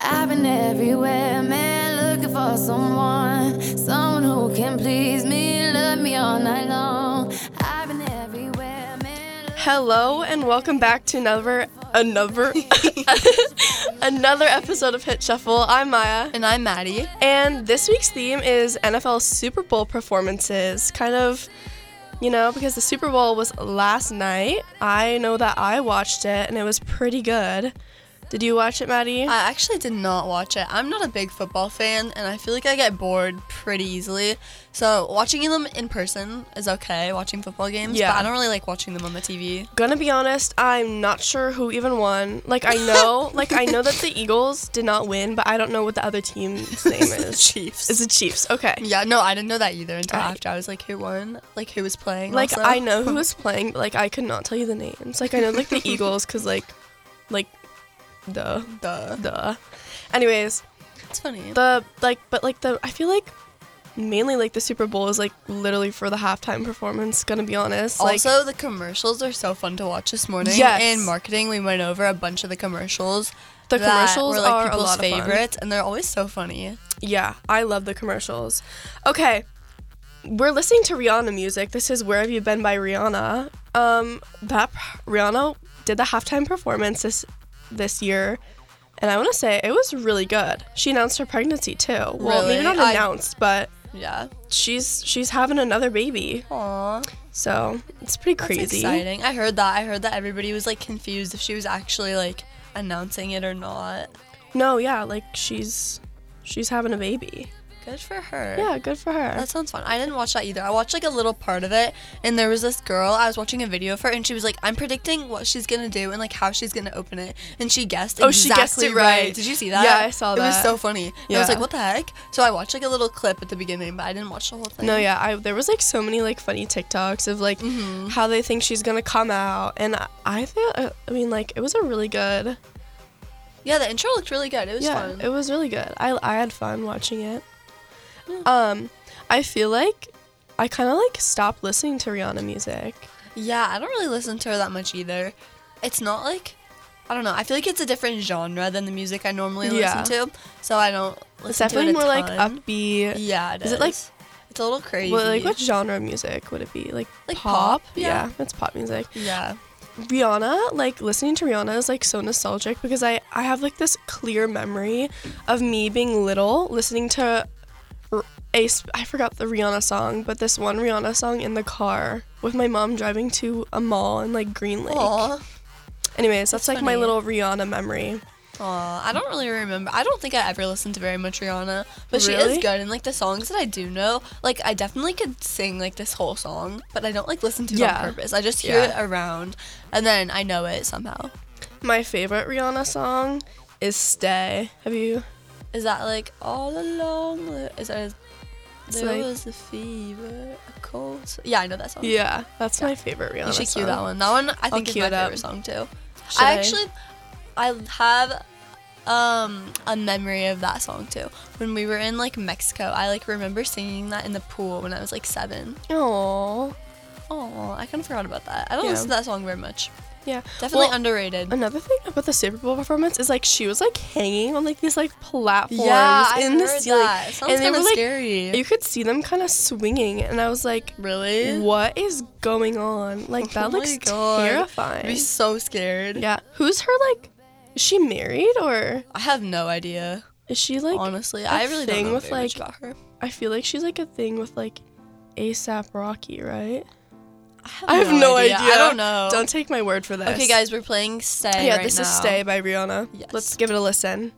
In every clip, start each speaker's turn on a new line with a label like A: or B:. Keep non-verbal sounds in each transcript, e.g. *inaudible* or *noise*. A: I've been everywhere, man, looking for someone, someone who can please me, love me all night long. I've been everywhere, man.
B: Hello and welcome back to another another *laughs* another episode of Hit Shuffle. I'm Maya.
C: And I'm Maddie.
B: And this week's theme is NFL Super Bowl performances. Kind of, you know, because the Super Bowl was last night. I know that I watched it and it was pretty good. Did you watch it, Maddie?
C: I actually did not watch it. I'm not a big football fan, and I feel like I get bored pretty easily. So watching them in person is okay. Watching football games,
B: Yeah.
C: but I don't really like watching them on
B: *laughs*
C: the TV.
B: Gonna be honest, I'm not sure who even won. Like I
C: *laughs*
B: know, like I know that the Eagles did not win, but I don't know what the other team's name is.
C: *laughs* Chiefs.
B: It's the Chiefs. Okay.
C: yeah, no, I didn't know that either until
B: Right.
C: after. I was like, who won? Like, who was playing?
B: Like
C: also?
B: I know who was playing, but like I could not tell you the names. Like I know
C: *laughs*
B: like the Eagles, cause like, like, duh,
C: Duh.
B: duh. Anyways,
C: It's funny.
B: the like, but like the I feel like mainly like the Super Bowl is like literally for the halftime performance. Gonna be honest, like
C: also, the commercials are so fun to watch this morning.
B: Yes.
C: In marketing, we went over a bunch of the commercials.
B: the
C: that
B: commercials
C: were, like,
B: are
C: people's
B: a lot of fun.
C: favorites, and they're always so funny.
B: Yeah, I love the commercials. Okay. We're listening to Rihanna music. This is Where Have You Been by Rihanna. Um that Rihanna did the halftime performance this this year. And I want to say it was really good. She announced her pregnancy too. Well, maybe
C: Really?
B: not
C: I-
B: announced, but
C: Yeah.
B: she's she's having another baby.
C: Aww.
B: So, it's pretty
C: That's
B: crazy.
C: exciting. I heard that. I heard that everybody was like confused if she was actually like announcing it or not.
B: No, yeah, like she's she's having a baby.
C: Good for her.
B: Yeah, good for her.
C: That sounds fun. I didn't watch that either. I watched like a little part of it, and there was this girl. I was watching a video of her, and she was like, "I'm predicting what she's gonna do and like how she's gonna open it," and she guessed.
B: Oh, she guessed
C: exactly
B: it right.
C: Did you see that?
B: Yeah, I saw
C: It was
B: that.
C: so funny. And I
B: Yeah.
C: was like, "What the heck?" So I watched like a little clip at the beginning, but I didn't watch the whole thing.
B: No, yeah, I, there was like so many like funny TikToks of like
C: Mm-hmm.
B: how they think she's gonna come out, and I, I think I mean like it was a really good,
C: Yeah, the intro looked really good. It was
B: yeah,
C: fun.
B: it was really good. I I had fun watching it. Um, I feel like I kind of like stopped listening to Rihanna music.
C: Yeah, I don't really listen to her that much either. It's not like I don't know. I feel like it's a different genre than the music I normally
B: Yeah.
C: listen to. So I don't listen
B: It's
C: to
B: definitely
C: it
B: more like
C: up.
B: upbeat.
C: Yeah, it
B: Is
C: is.
B: it like-
C: it's a little crazy?
B: Well, like what genre of music would it be? Like
C: Like pop,
B: Yeah.
C: yeah.
B: it's pop music.
C: yeah,
B: Rihanna, like listening to Rihanna is like so nostalgic because I I have like this clear memory of me being little listening to R- a sp- I forgot the Rihanna song, but this one Rihanna song in the car with my mom driving to a mall in like Green Lake.
C: Aw.
B: Anyways, that's, like my
C: funny.
B: little Rihanna memory.
C: Aw, I don't really remember. I don't think I ever listened to very much Rihanna, but she
B: Really?
C: is good. And like the songs that I do know, like I definitely could sing like this whole song, but I don't like listen to it
B: Yeah.
C: on purpose. I just hear
B: Yeah.
C: it around, and then I know it somehow.
B: My favorite Rihanna song is Stay. Have you?
C: Is that like all along? the- Is that
B: It's
C: there
B: like-
C: was a fever, a cold? s- Yeah, I know that song.
B: Yeah, that's my favorite Rihanna
C: you should
B: song.
C: cue that one. That one I think is
B: cue
C: my
B: it up.
C: favorite song too.
B: Should
C: I actually, I have um a memory of that song too. When we were in like Mexico, I like remember singing that in the pool when I was like seven.
B: Aww.
C: Oh, I kind of forgot about that. I don't
B: Yeah.
C: listen to that song very much.
B: Yeah.
C: Definitely
B: Well,
C: underrated.
B: Another thing about the Super Bowl performance is like she was like hanging on like these like platforms
C: yeah, I
B: in
C: heard
B: the ceiling,
C: that. It sounds
B: and they
C: kind
B: were
C: of
B: like
C: scary.
B: you could see them kind of swinging, and I was like,
C: really?
B: "What is going on?" Like that
C: Oh my
B: looks
C: God. I'd
B: terrifying.
C: be so scared.
B: Yeah, who's her like? Is she married or
C: I have no idea.
B: is she like?
C: honestly,
B: a
C: I really
B: thing
C: don't know
B: with,
C: very much
B: like-
C: about her.
B: I feel like she's like a thing with like ASAP Rocky, right?
C: have,
B: I have no, idea.
C: I don't know.
B: Don't take my word for this.
C: Oh. okay, guys, we're playing Stay.
B: Yeah,
C: right
B: this is
C: now.
B: Stay by Rihanna.
C: Yes.
B: Let's give it a listen.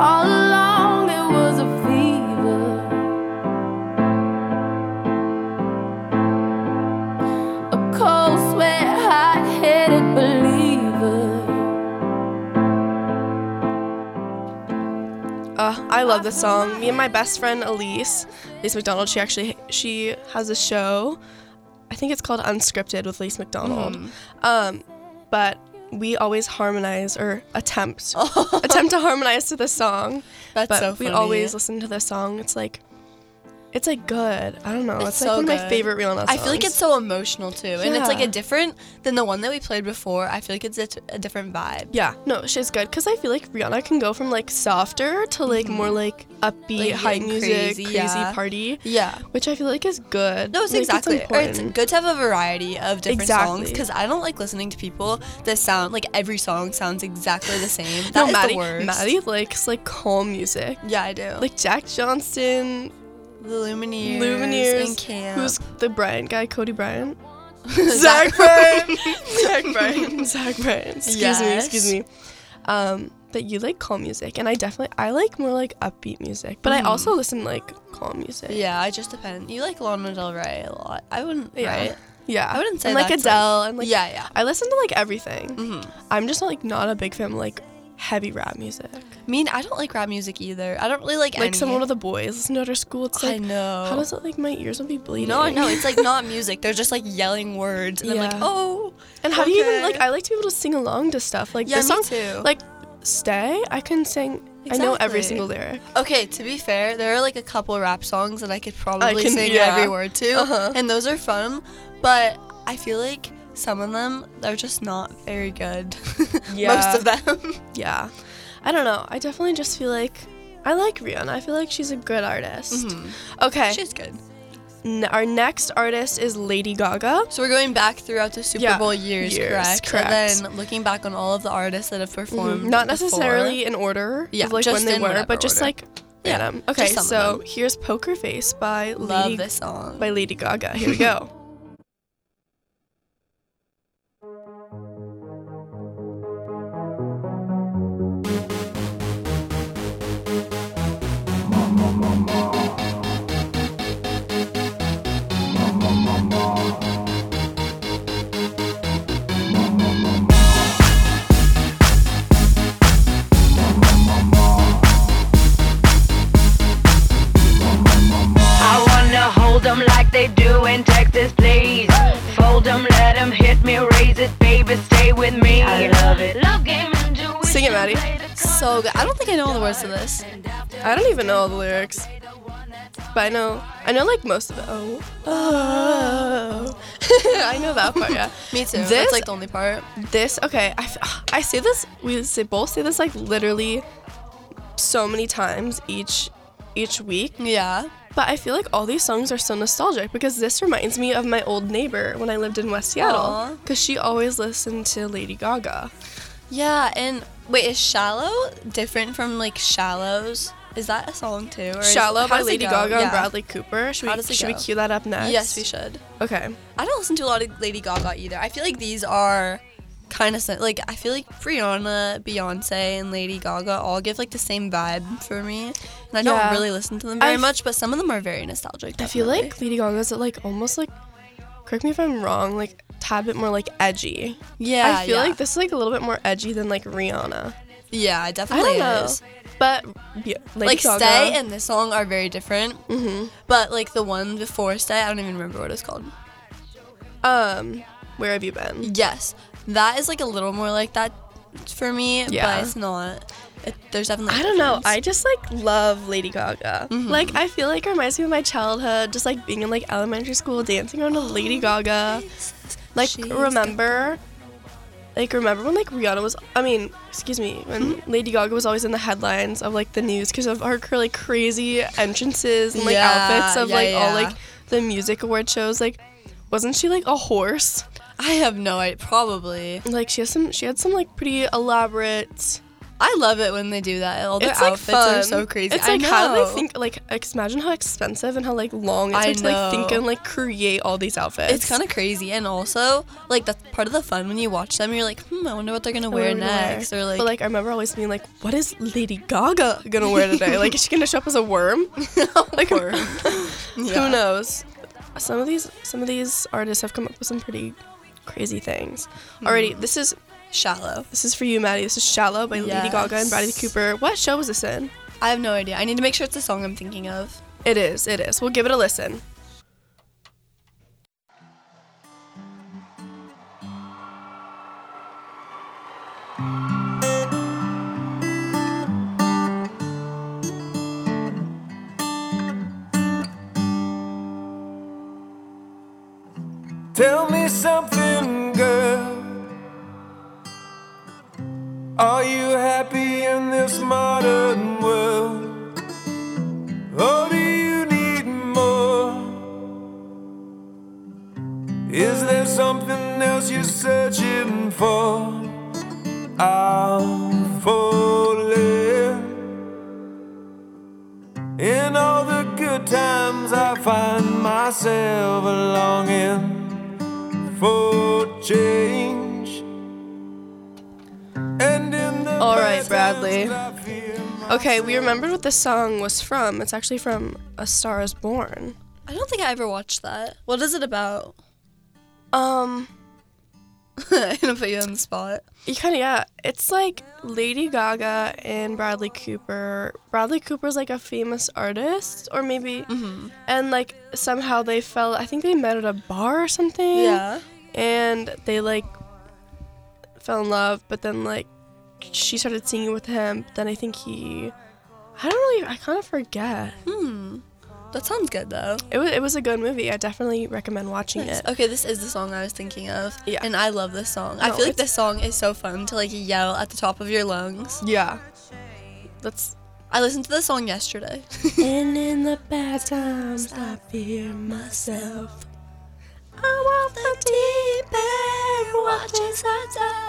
A: All along there was a fever, a cold sweat, hot-headed believer.
B: Uh, I love this song. Me and my best friend Elise, Elise McDonald. She actually she has a show. I think it's called Unscripted with Elise McDonald.
C: Mm-hmm.
B: Um, but we always harmonize or
C: *laughs*
B: attempt attempt to harmonize to this song.
C: Oh. That's
B: but
C: so
B: we
C: funny.
B: always listen to this song. It's like It's like good. I don't know. It's,
C: It's
B: like
C: so
B: one of my
C: good.
B: favorite Rihanna songs.
C: I feel like it's so emotional too, and it's like
B: Yeah.
C: a different than the one that we played before. I feel like it's a, t- a different vibe.
B: yeah, no, she's good because I feel like Rihanna can go from like softer to like more like upbeat,
C: Mm-hmm. Like,
B: high
C: getting
B: music, crazy,
C: crazy, yeah.
B: party,
C: Yeah.
B: which I feel like is good.
C: No, it's
B: Like,
C: exactly. or it's
B: important.
C: good to have a variety of different songs
B: Exactly.
C: because I don't like listening to people that sound like every song sounds exactly the same.
B: *laughs*
C: That
B: No,
C: is
B: Maddie,
C: the worst.
B: Maddie likes like calm music,
C: Yeah, I do.
B: like Jack Johnston,
C: the Lumineers,
B: Lumineers,
C: and Camp.
B: who's the Bryant guy, Cody Bryant,
C: *laughs* Zach
B: Zach Bryan, *laughs* Zach Bryan, Zach Bryan. Excuse me,
C: Yes.
B: excuse me. Um, but you like calm music, and I definitely I like more like upbeat music, but I also listen to, like calm music.
C: Mm. Yeah, I just depend. You like Lana Del Rey a lot. I wouldn't.
B: yeah,
C: Right?
B: yeah.
C: I wouldn't say
B: and, like
C: that's, like-
B: Adele and like Mm-hmm.
C: yeah, yeah.
B: I listen to like everything.
C: hmm
B: I'm just like not a big fan of like heavy rap music.
C: I mean, I don't like rap music either. I don't really like
B: Like
C: any.
B: someone with the boys listen to it at our school. It's
C: I
B: like
C: know.
B: how does it like my ears will be bleeding?
C: No, no, it's like
B: *laughs*
C: not music. They're just like yelling words, and I'm
B: Yeah.
C: like, oh.
B: And how do you even
C: okay.
B: like? I like to be able to sing along to stuff like
C: Yeah,
B: this
C: me
B: song.
C: too.
B: Like "Stay," I can sing. I know every
C: Exactly.
B: single lyric.
C: Okay, to be fair, there are like a couple rap songs that I could probably
B: can-
C: sing
B: yeah.
C: every word to,
B: Uh-huh.
C: and those are fun. But I feel like some of them are just not very good. *laughs*
B: Yeah.
C: Most of them.
B: Yeah, I don't know. I definitely just feel like I like Rihanna. I feel like she's a good artist. Okay,
C: Mm-hmm. She's good.
B: n- our next artist is Lady Gaga.
C: So we're going back throughout the Super
B: Yeah,
C: Bowl years,
B: years,
C: correct?
B: correct. Mm-hmm.
C: And then looking back on all of the artists that have performed.
B: Not
C: before.
B: necessarily in order,
C: Yeah,
B: of, like
C: just
B: when they
C: in
B: were,
C: whatever
B: but just
C: order.
B: like
C: Yeah,
B: random.
C: just
B: Okay,
C: some of
B: so
C: them.
B: here's "Poker Face" by
C: Love
B: Lady
C: this song.
B: by Lady Gaga. Here we
C: *laughs*
B: go.
D: I wanna hold them like they do in Texas, please. Fold them, let them hit me, raise it, baby, stay with me. I love it. Love game intuition.
B: Sing it, Maddie.
C: So good. I don't think I know all the words to this.
B: I don't even know all the lyrics, but I know I know like most of it. Oh, oh. *laughs* I know that part. Yeah.
C: Me too.
B: This-
C: That's like the only part.
B: this okay I, f- I say this we say, both say this like literally so many times each each week
C: Yeah.
B: but i feel like all these songs are so nostalgic because this reminds me of my old neighbor when i lived in west seattle
C: Aw.
B: because she always listened to lady gaga
C: Yeah, and wait, is Shallow different from like Shallows? Is that a song too? Or is-
B: shallow
C: how
B: by
C: does it
B: lady
C: go?
B: gaga
C: Yeah.
B: and bradley cooper should,
C: How
B: we,
C: does it
B: should we
C: go?
B: cue that up next
C: Yes, we should.
B: okay
C: I don't listen to a lot of Lady Gaga either. I feel like these are kind of like I feel like Brianna, Beyonce, and Lady Gaga all give like the same vibe for me, and I
B: Yeah.
C: don't really listen to them very
B: I f-
C: much. But some of them are very nostalgic.
B: i feel
C: definitely.
B: like lady gaga's like almost like correct me if i'm wrong like tad bit more like edgy
C: yeah,
B: i feel
C: yeah.
B: like this is like a little bit more edgy than like rihanna
C: yeah, it
B: I
C: definitely
B: don't know.
C: is.
B: But yeah, Lady
C: Like
B: Gaga,
C: Stay and this song are very different,
B: Mhm.
C: but like the one before Stay, I don't even remember what it's called.
B: um, where have you been?
C: Yes, that is like a little more like that for me,
B: Yeah.
C: but it's not. It, there's definitely.
B: I don't know.
C: difference.
B: I just like love Lady Gaga.
C: Mhm.
B: Like I feel like it reminds me of my childhood, just like being in like elementary school, dancing around to Lady Gaga. Like
C: She's
B: remember, like remember when like Rihanna was. I mean, excuse me, when
C: Mm-hmm.
B: Lady Gaga was always in the headlines of like the news because of her like crazy entrances and like
C: Yeah,
B: outfits of
C: yeah,
B: like all
C: yeah.
B: like the music award shows. Like, wasn't she like a horse?
C: I have no idea. Probably.
B: like she has some she had some like pretty elaborate
C: I love it when they do that. All their
B: it's like
C: outfits
B: fun
C: are so crazy.
B: it's
C: I
B: like how do
C: know.
B: they think like ex- imagine how expensive and how like long it
C: I
B: takes to like think
C: know.
B: and like create all these outfits
C: It's kind of crazy, and also like that's part of the fun when you watch them. You're like, hmm, I wonder what they're gonna wear next, or like, *laughs*
B: but like *laughs* I remember always being like, "What is Lady Gaga gonna wear today?
C: *laughs*
B: like, is she gonna show up as a worm? *laughs* like,
C: Yeah.
B: *laughs* who knows? Some of these, some of these artists have come up with some pretty crazy things. Alrighty, this is
C: Hmm. shallow.
B: this is for you, Maddie. This is "Shallow" by Lady Gaga and Bradley
C: Yes.
B: Cooper. What show was this in?
C: I have no idea. I need to make sure it's the song I'm thinking of.
B: It is. It is. We'll give it a listen.
E: Tell me something, girl. Are you happy in this modern world? Or Oh, do you need more? Is there something else you're searching for? I'm falling. In all the good times, I find myself longing for change. And in the
B: All
E: bad times,
B: right, Bradley.
E: I fear my-
B: Okay, we remembered what this song was from. It's actually from A Star is Born.
C: I don't think I ever watched that. What is it about? *laughs*
B: Um,
C: I'm gonna put you on the spot.
B: you kind of, yeah, it's like Lady Gaga and Bradley Cooper. Bradley Cooper's like a famous artist, or maybe, and like somehow they fell, I think they met at a bar or something. And they like fell in love, but then like she started singing with him. But then I think he, I don't really, I kind of forget.
C: Hmm. That sounds good though.
B: It was, it was a good movie. I definitely recommend watching it.
C: Okay, this is the song I was thinking of.
B: Yeah.
C: And I love this song. I
B: No,
C: feel like
B: it's-
C: this song is so fun to like yell at the top of your lungs.
B: Yeah. That's
C: I listened to this song yesterday.
B: And in the bad times, I fear myself. Oh, I want the deep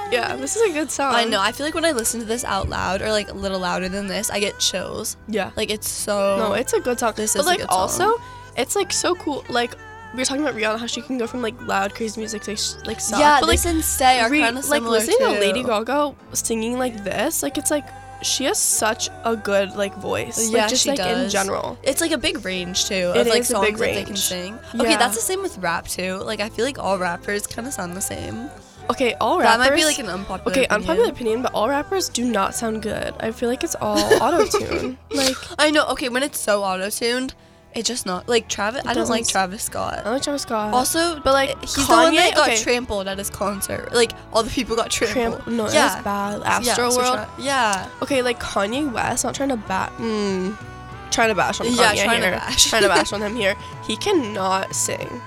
B: end Yeah, this is a good song.
C: I know. I feel like when I listen to this out loud or like a little louder than this, I get chills.
B: Yeah.
C: Like it's so
B: no, it's a good song.
C: This
B: but
C: is a
B: like
C: good song.
B: also, it's like so cool. Like we were talking about Rihanna, how she can go from like loud, crazy music to sh- like soft.
C: yeah.
B: but, like,
C: this and stay are
B: re-
C: kind of
B: like
C: similar
B: listening
C: too.
B: to Lady Gaga singing like this, like it's like she has such a good like voice.
C: Yeah,
B: like, just
C: she
B: like in
C: does.
B: general.
C: It's like a big range too of
B: It
C: like
B: is a
C: songs
B: big
C: that they can
B: range.
C: sing. Okay,
B: Yeah.
C: that's the same with rap too. Like I feel like all rappers kind of sound the same.
B: Okay, all
C: That
B: rappers.
C: might be like an unpopular.
B: Okay,
C: opinion.
B: unpopular opinion, but all rappers do not sound good. I feel like it's
C: *laughs*
B: all auto tune. Like,
C: I know. Okay, when it's so auto tuned, it just not like Travis. I don't
B: doesn't
C: like
B: s-
C: Travis Scott.
B: I like Travis Scott.
C: also,
B: but, like,
C: he's the one that
B: Kanye-
C: got
B: okay.
C: trampled at his concert. Like all the people got trampled.
B: Tramp- no, it
C: yeah.
B: was bad.
C: Yeah,
B: Astro
C: so
B: World.
C: Tra- yeah.
B: okay, like Kanye West, not trying to bat. Mm, trying to bash on Kanye
C: Yeah, trying to
B: here.
C: bash.
B: trying to
C: *laughs*
B: bash on him here. He cannot sing.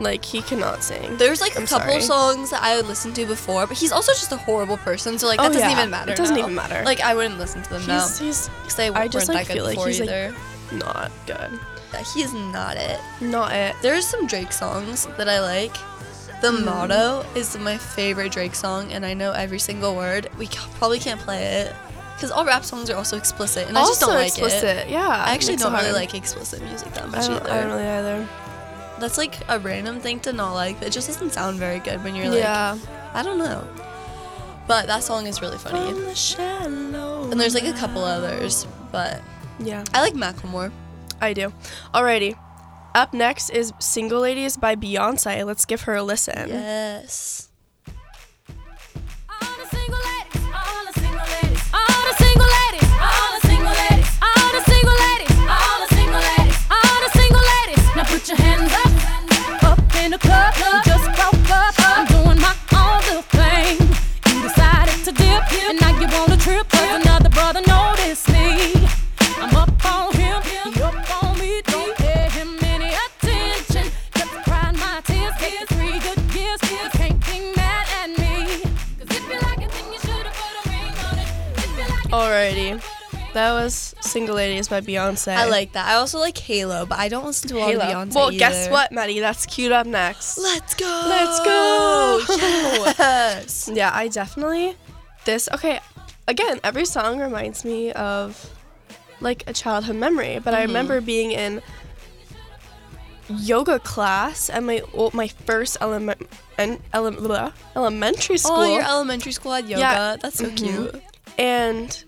B: Like he cannot sing.
C: There's like a
B: I'm
C: couple
B: sorry.
C: songs that I would listen to before, but he's also just a horrible person. So like that
B: Oh,
C: doesn't
B: yeah.
C: even matter.
B: It doesn't
C: now.
B: even matter.
C: Like I wouldn't listen to them now
B: he's, he's
C: because I
B: I just,
C: weren't
B: like,
C: that good
B: feel like
C: before
B: he's, like-
C: either.
B: not good.
C: That he's not it.
B: Not it.
C: There's some Drake songs that I like. The
B: Mm.
C: motto is my favorite Drake song, and I know every single word. We ca- probably can't play it because all rap songs are also explicit, and I just don't
B: Also
C: like it.
B: explicit. Yeah.
C: I actually
B: makes it
C: don't really
B: hard.
C: like explicit music that much
B: I don't,
C: either.
B: I don't really either.
C: That's like a random thing to not like. It just doesn't sound very good when you're like,
B: yeah.
C: I don't know. But that song is really funny, and
B: And
C: there's like a couple others, but
B: Yeah.
C: I like Macklemore.
B: I do. Alrighty. Up next is Single Ladies by Beyonce. Let's give her a listen.
C: Yes.
A: All the single ladies, all the single ladies, all the single ladies, all the single ladies, all the single ladies, all the single ladies, all the single ladies. Now put your hands up, up in the club, you just broke up. I'm doing my own little thing. You decided to dip, and now you wanna trip, cause another brother noticed me. I'm up on him, he up on me, don't pay him any attention. Just crying my tears, get three good years, you can't be mad at me. Cause if you like it, then you should've put a ring on it. If you like it,
B: Oh, Alrighty. That was Single Ladies by Beyonce.
C: I like that. I also like Halo, but I don't listen to a lot
B: Halo.
C: of Beyonce.
B: well, guess
C: either.
B: what, Maddie? That's queued up next.
C: Let's go.
B: Let's go.
C: *laughs* Yes.
B: Yeah, I definitely. This okay. Again, every song reminds me of like a childhood memory. But I
C: Mm-hmm.
B: remember being in yoga class at my well, my first element and ele- blah, elementary school.
C: Oh, your elementary school had yoga.
B: Yeah. Mm-hmm.
C: That's so cute.
B: and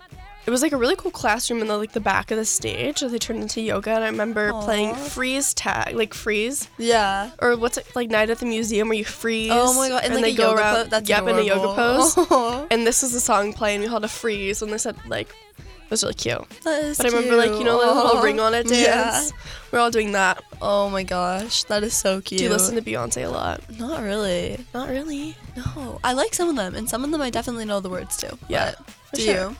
B: it was like a really cool classroom in the like the back of the stage that they turned into yoga and I remember playing
C: Aw.
B: freeze tag like freeze
C: Yeah.
B: or what's it like night at the museum where you freeze
C: Oh my god. And, like
B: they
C: a
B: go
C: yoga
B: around
C: pose. That's
B: yep in a yoga
C: adorable.
B: pose
C: *laughs*
B: and this was the song playing we had to freeze and they said like it was really cute
C: that is
B: but I remember like you know the
C: cute.
B: little ring on it dance
C: *laughs* Yeah.
B: we're all doing that
C: Oh my gosh. That is so cute.
B: do you listen to Beyonce a lot
C: Not really.
B: not really
C: No. I like some of them, and some of them I definitely know the words to.
B: Yeah,
C: but
B: for
C: Do
B: sure.
C: you?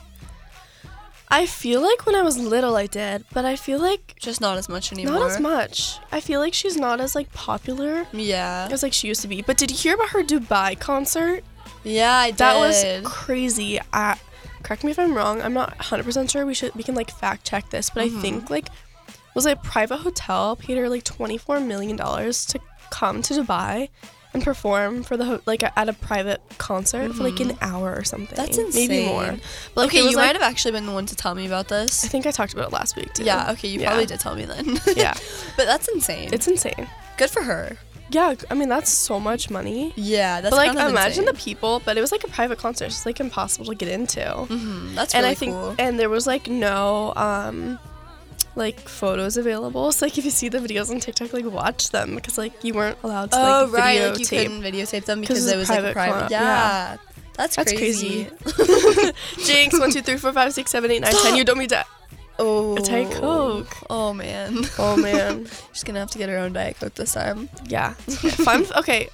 B: I feel like when I was little I did, but I feel like
C: Just not as much anymore.
B: not as much. I feel like she's not as like popular
C: Yeah.
B: as like she used to be. But did you hear about her Dubai concert?
C: Yeah, I did.
B: That was crazy. Uh, correct me if I'm wrong. I'm not 100% sure. We should we can like fact check this, but
C: Mm-hmm.
B: I think like was it a private hotel paid her like 24 million dollars to come to Dubai and perform for the ho- like at a private concert for like an hour or something.
C: Mm-hmm. That's
B: Maybe
C: insane.
B: more. But, like,
C: Okay,
B: it
C: you
B: was, like-
C: might have actually been the one to tell me about *laughs*
B: I
C: this.
B: think I talked about it last week too.
C: Yeah, okay, you
B: Yeah. *laughs*
C: probably did tell me then. *laughs*
B: Yeah.
C: but that's insane.
B: It's insane.
C: good for her.
B: Yeah, I mean that's so much money.
C: Yeah, that's
B: but like
C: kind of
B: imagine the
C: insane.
B: people, but it was like a private concert. It's like impossible to get into.
C: Mhm, That's
B: and
C: really
B: I think
C: cool.
B: and there was like no um like photos available. So like if you see the videos on TikTok, like watch them because like you weren't allowed to
C: oh
B: like
C: right,
B: videotape.
C: like you couldn't videotape them
B: because
C: because
B: it's
C: it was like
B: private
C: a private.
B: club,
C: yeah. that's
B: That's
C: crazy.
B: crazy. *laughs* Jinx, one, two, three, four, five, six, seven, eight, nine, ten. You don't need to
C: oh,
B: Diet Coke.
C: Oh man,
B: *gasps*
C: *laughs*
B: Oh man.
C: she's gonna have to get her own diet coke this time.
B: yeah. Fun okay.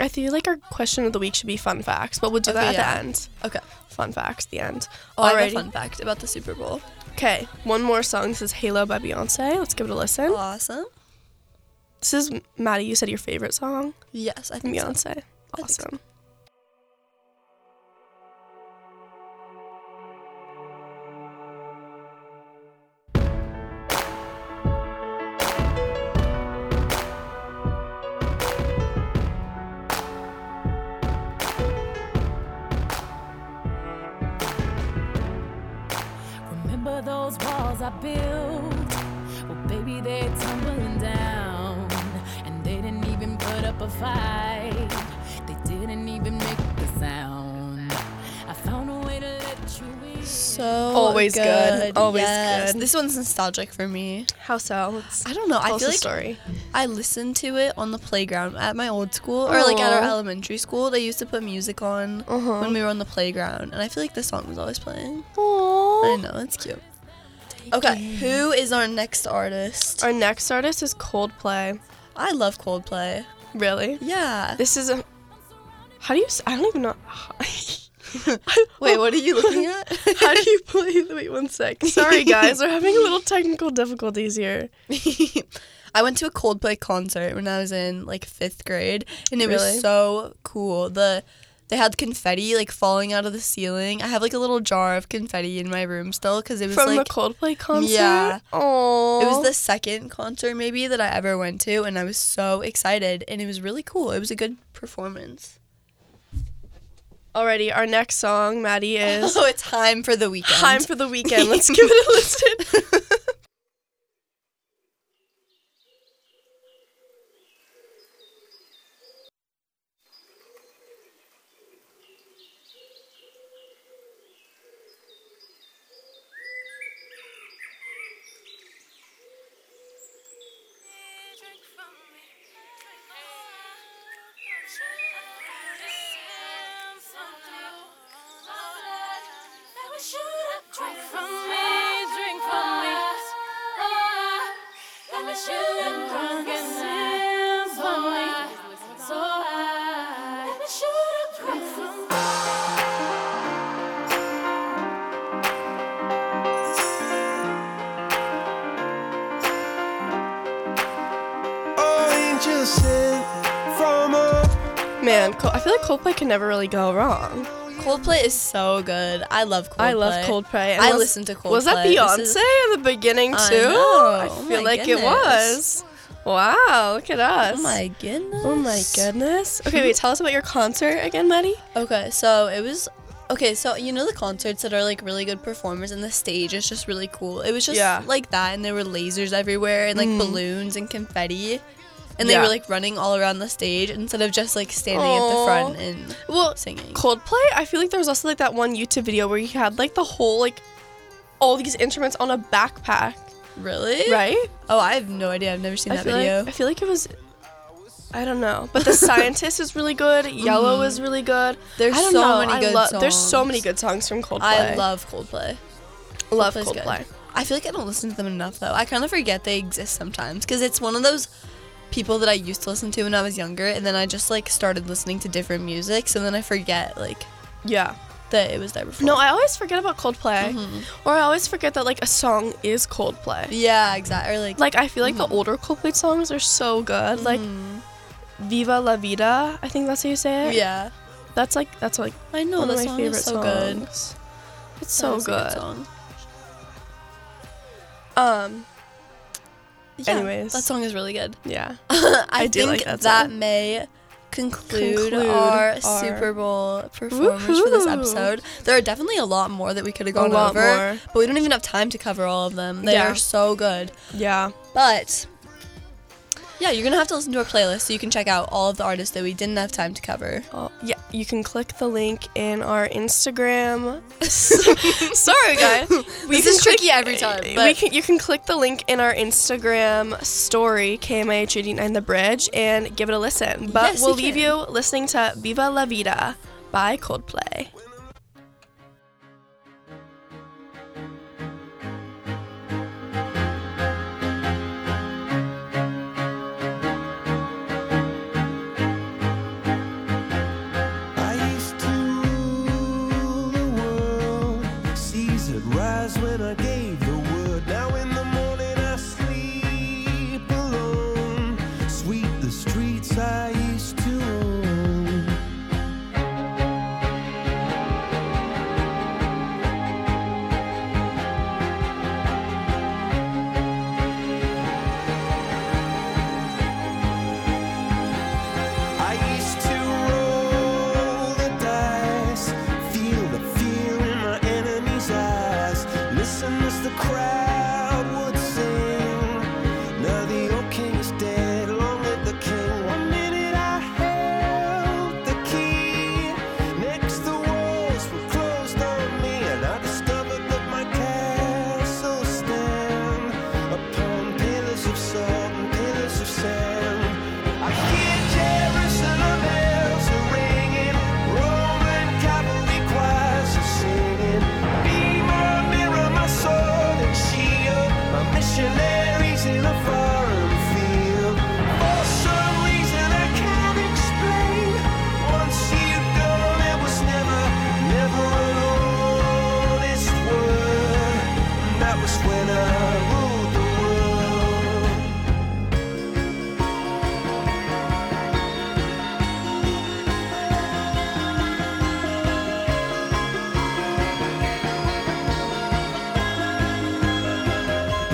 B: I feel like our question of the week should be fun facts, but we'll do that
C: Okay,
B: at
C: yeah.
B: the end.
C: Okay.
B: Fun facts, the end.
C: Oh, I have a
B: Alrighty.
C: fun fact about the Super Bowl.
B: Okay, one more song. This is Halo by Beyonce. Let's give it a listen.
C: Awesome.
B: This is Maddie. You said your favorite song,
C: Yes, I think so.
B: Beyonce.
C: think so.
B: Awesome.
A: Remember those walls I built? Well, baby, they're tumbling down. And they didn't even put up a fight. They didn't even make a sound. I found a way to let you in.
C: So
B: Always good. Always
C: Yes.
B: good.
C: This one's nostalgic for me.
B: How so? Let's
C: I don't know. I
B: tell us
C: feel
B: a
C: like
B: story.
C: I listened to it on the playground at my old school or like at our
B: Aw.
C: elementary school. They used to put music on
B: Uh-huh.
C: when we were on the playground, and I feel like this song was always playing. I
B: Aww.
C: know it's cute. Okay, who is our next artist?
B: Our next artist is Coldplay.
C: I love Coldplay.
B: Really?
C: Yeah.
B: This is a. How do you? s- I don't even know.
C: Wait, what are you looking at?
B: *laughs* How do you play? Wait one sec. *laughs* Sorry guys, we're
C: *laughs*
B: having a little technical difficulties here.
C: I went to a Coldplay concert when I was in like fifth grade, and it
B: Really?
C: was so cool. The they had confetti like falling out of the ceiling. I have like a little jar of confetti in my room still because it was
B: From
C: like
B: the Coldplay concert.
C: Yeah.
B: Oh.
C: it was the second concert maybe that I ever went to, and I was so excited, and it was really cool. It was a good
B: *laughs*
C: performance.
B: Alrighty, our next song, Maddie is
C: *laughs* So it's time for the weekend.
B: time for the weekend. Let's give it a listen.
A: Drink from me, drink from me. Ah, let me shoot and drunk and sins from me. So I let me shoot and drink from me.
E: Oh, angel sent from above.
B: Man, Col- I feel like Coldplay can never really go wrong.
C: *laughs* Coldplay is so good. I love Coldplay.
B: I love Coldplay. and
C: I
B: was-
C: listen to Coldplay.
B: Was that Beyonce
C: This is-
B: in the beginning too?
C: I know.
B: I
C: Oh
B: feel
C: my
B: like it
C: goodness.
B: was. Wow, look at us.
C: Oh my goodness.
B: Oh my goodness. Okay, wait, tell us about your concert again, Maddie.
C: Okay, so it was okay. So you know the concerts that are like really good performers, and the stage is just really cool. It was just
B: Yeah. Mm.
C: like that, and there were lasers everywhere, and like balloons and confetti, and they
B: Yeah.
C: were like running all around the stage instead of just like standing at
B: Aw.
C: the front and
B: Well,
C: singing.
B: Coldplay, I feel like there was also like that one YouTube video where he had like the whole like all these instruments on a backpack,
C: Really?
B: right?
C: Oh, I have no idea. I've never seen
B: I
C: that
B: feel
C: video.
B: like I feel like it was I don't know,
C: *laughs*
B: but the scientist is really good. Yellow is really good.
C: Mm-hmm. There's
B: I don't
C: so
B: know.
C: many
B: I
C: good
B: There's so
C: songs.
B: many good songs from Coldplay.
C: I love Coldplay.
B: love
C: Coldplay's good.
B: Coldplay.
C: I feel like I don't listen to them enough though. I kind of forget they exist sometimes because it's one of those people that I used to listen to when I was younger, and then I just like started listening to different music, so then I forget like
B: Yeah.
C: that it was there before.
B: No, I always forget about Coldplay,
C: Mm-hmm.
B: or I always forget that like a song is Coldplay.
C: yeah, exactly. Or like,
B: Like I feel like
C: Mm-hmm.
B: the older Coldplay songs are so good. Like "Viva La Vida," I think that's how you say it.
C: Mm-hmm. yeah,
B: that's like that's like
C: I know
B: one
C: that
B: of my
C: song
B: favorite
C: is so
B: songs.
C: good.
B: It's
C: That
B: so
C: is a
B: good.
C: song.
B: Um,
C: Yeah,
B: Anyways.
C: that song is really good.
B: yeah,
C: *laughs* I,
B: do
C: think
B: like that song.
C: may conclude,
B: Conclude
C: our,
B: our-
C: Super Bowl performers for this
B: Woohoo.
C: episode. There are definitely a lot more that we could have gone
B: lot
C: over,
B: more.
C: but we don't even have time to cover all of them. They
B: Yeah.
C: are so good.
B: yeah.
C: But yeah, you're gonna have to listen to our playlist so you can check out all of the artists that we didn't have time to cover.
B: Oh, yeah, you can click the link in our Instagram. *laughs* Sorry,
C: *laughs*
B: guys. We
C: This is
B: can click-
C: tricky every time,
B: we
C: but-
B: can, you can click the link in our Instagram story, KMIH89 The Bridge, and give it a listen. But
C: Yes, you
B: we'll leave
C: can.
B: you listening to Viva La Vida by Coldplay.
F: I used to rule the world. Seas would rise when I gave the word. Now in the morning I sleep alone. Sweep the streets I used to own. I used to roll the dice, feel the fear in my enemy's eyes, listen as the crowd would sing. Now the old king is dead, along with the king. One minute I held the key, next the walls were closed on me, and I discovered that my castle stand upon pillars of salt and pillars of sand. I hear Jerusalem bells are ringing, Roman cavalry choirs are singing. Be my mirror, my sword and shield, my missionaries in a foreign field. For some reason I can't explain. Once you gone, it was never, never an honest word. And that was when I ruled the world.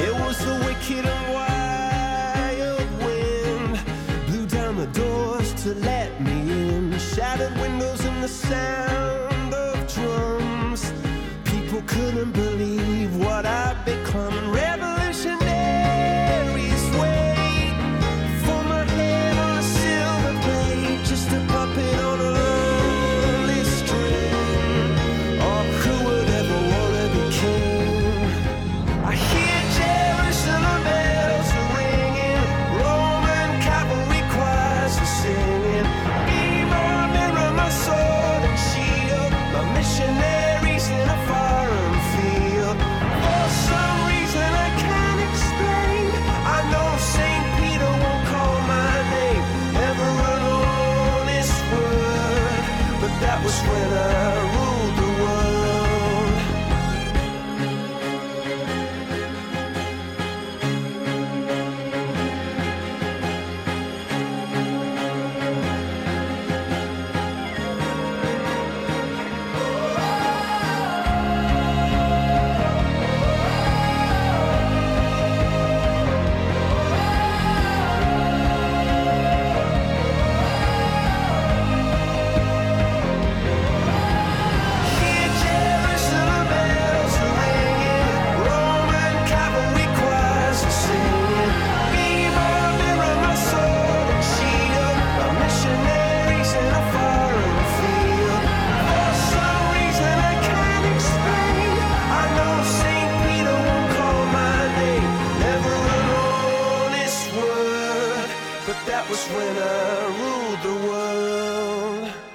F: It was the wicked and wild wind blew down the doors to let me in. Shattered windows and the sound of drums. People couldn't believe what I'd become. Revolutionaries wait for my head on a silver plate, just a puppet on a lonely string. Oh, who would ever wanna be king? I hear Jerusalem bells are ringing, Roman cavalry choirs are singing. Be my mirror, my sword and shield, my missionaries in a foreign field. For some reason I can't explain, I know Saint Peter won't call my name. Never an honest word, but that was when I ruled the world. Hear Jerusalem bells are ringing, Roman cavalry choirs are singing. Be my mirror, my sword and shield, my missionaries in a foreign field. For some reason I can't explain, I know Saint Peter won't call my name. Never an honest word, but that was when I ruled the world.